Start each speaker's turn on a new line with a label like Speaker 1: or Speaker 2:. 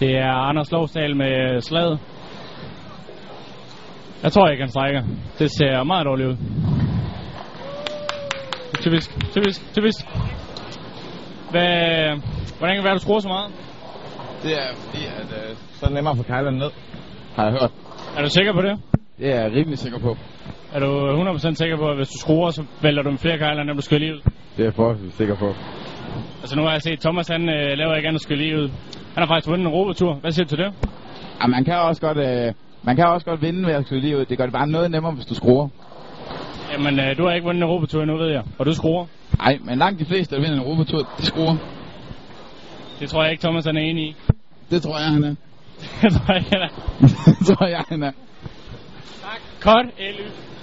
Speaker 1: Det er Anders Lovsdal med slaget. Jeg tror ikke, han strækker. Det ser meget dårligt ud. Typisk, typisk, typisk. Hvad, hvordan kan det være, du skruer så meget?
Speaker 2: Det er fordi, at øh, så er det nemmere at få kejlerne ned, har jeg hørt.
Speaker 1: Er du sikker på det?
Speaker 2: Det er jeg rimelig sikker på.
Speaker 1: Er du 100% sikker på, at hvis du skruer, så vælter du med flere kejler, end dem, du skal lige ud?
Speaker 2: Det er jeg forholdsvis sikker på.
Speaker 1: Altså nu har jeg set, Thomas han øh, laver ikke andet skal lige ud. Han har faktisk vundet en Europatur. Hvad siger du til det?
Speaker 2: Ja, man kan også godt, øh, man kan også godt vinde ved at skyde lige ud. Det gør det bare noget nemmere, hvis du skruer.
Speaker 1: Jamen, øh, du har ikke vundet en Europatur endnu, ved jeg. Og du skruer.
Speaker 2: Nej, men langt de fleste, der vinder en Europatur, de skruer.
Speaker 1: Det tror jeg ikke, Thomas han er enig i.
Speaker 2: Det tror jeg, han er.
Speaker 1: det tror jeg ikke, han er.
Speaker 2: det tror jeg, han er.
Speaker 1: Kort, Elly.